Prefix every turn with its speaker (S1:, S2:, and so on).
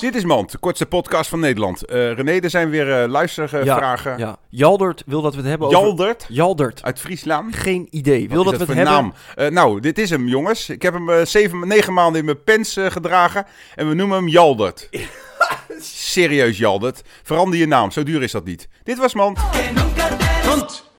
S1: Dit is Mand, de kortste podcast van Nederland. Eh, René, er zijn weer eh, luistervragen.
S2: Ja. Jaldert wil dat we het hebben over...
S1: Jaldert
S2: Jaldert.
S1: uit Friesland.
S2: Geen idee.
S1: Wat
S2: Wil dat
S1: is
S2: we het
S1: voor naam?
S2: hebben...
S1: Eh, nou, dit is hem, jongens. Ik heb hem eh, zeven, negen maanden in mijn pens eh, gedragen en we noemen hem Jaldert. Serieus, Jaldert. Verander je naam, zo duur is dat niet. Dit was Mand.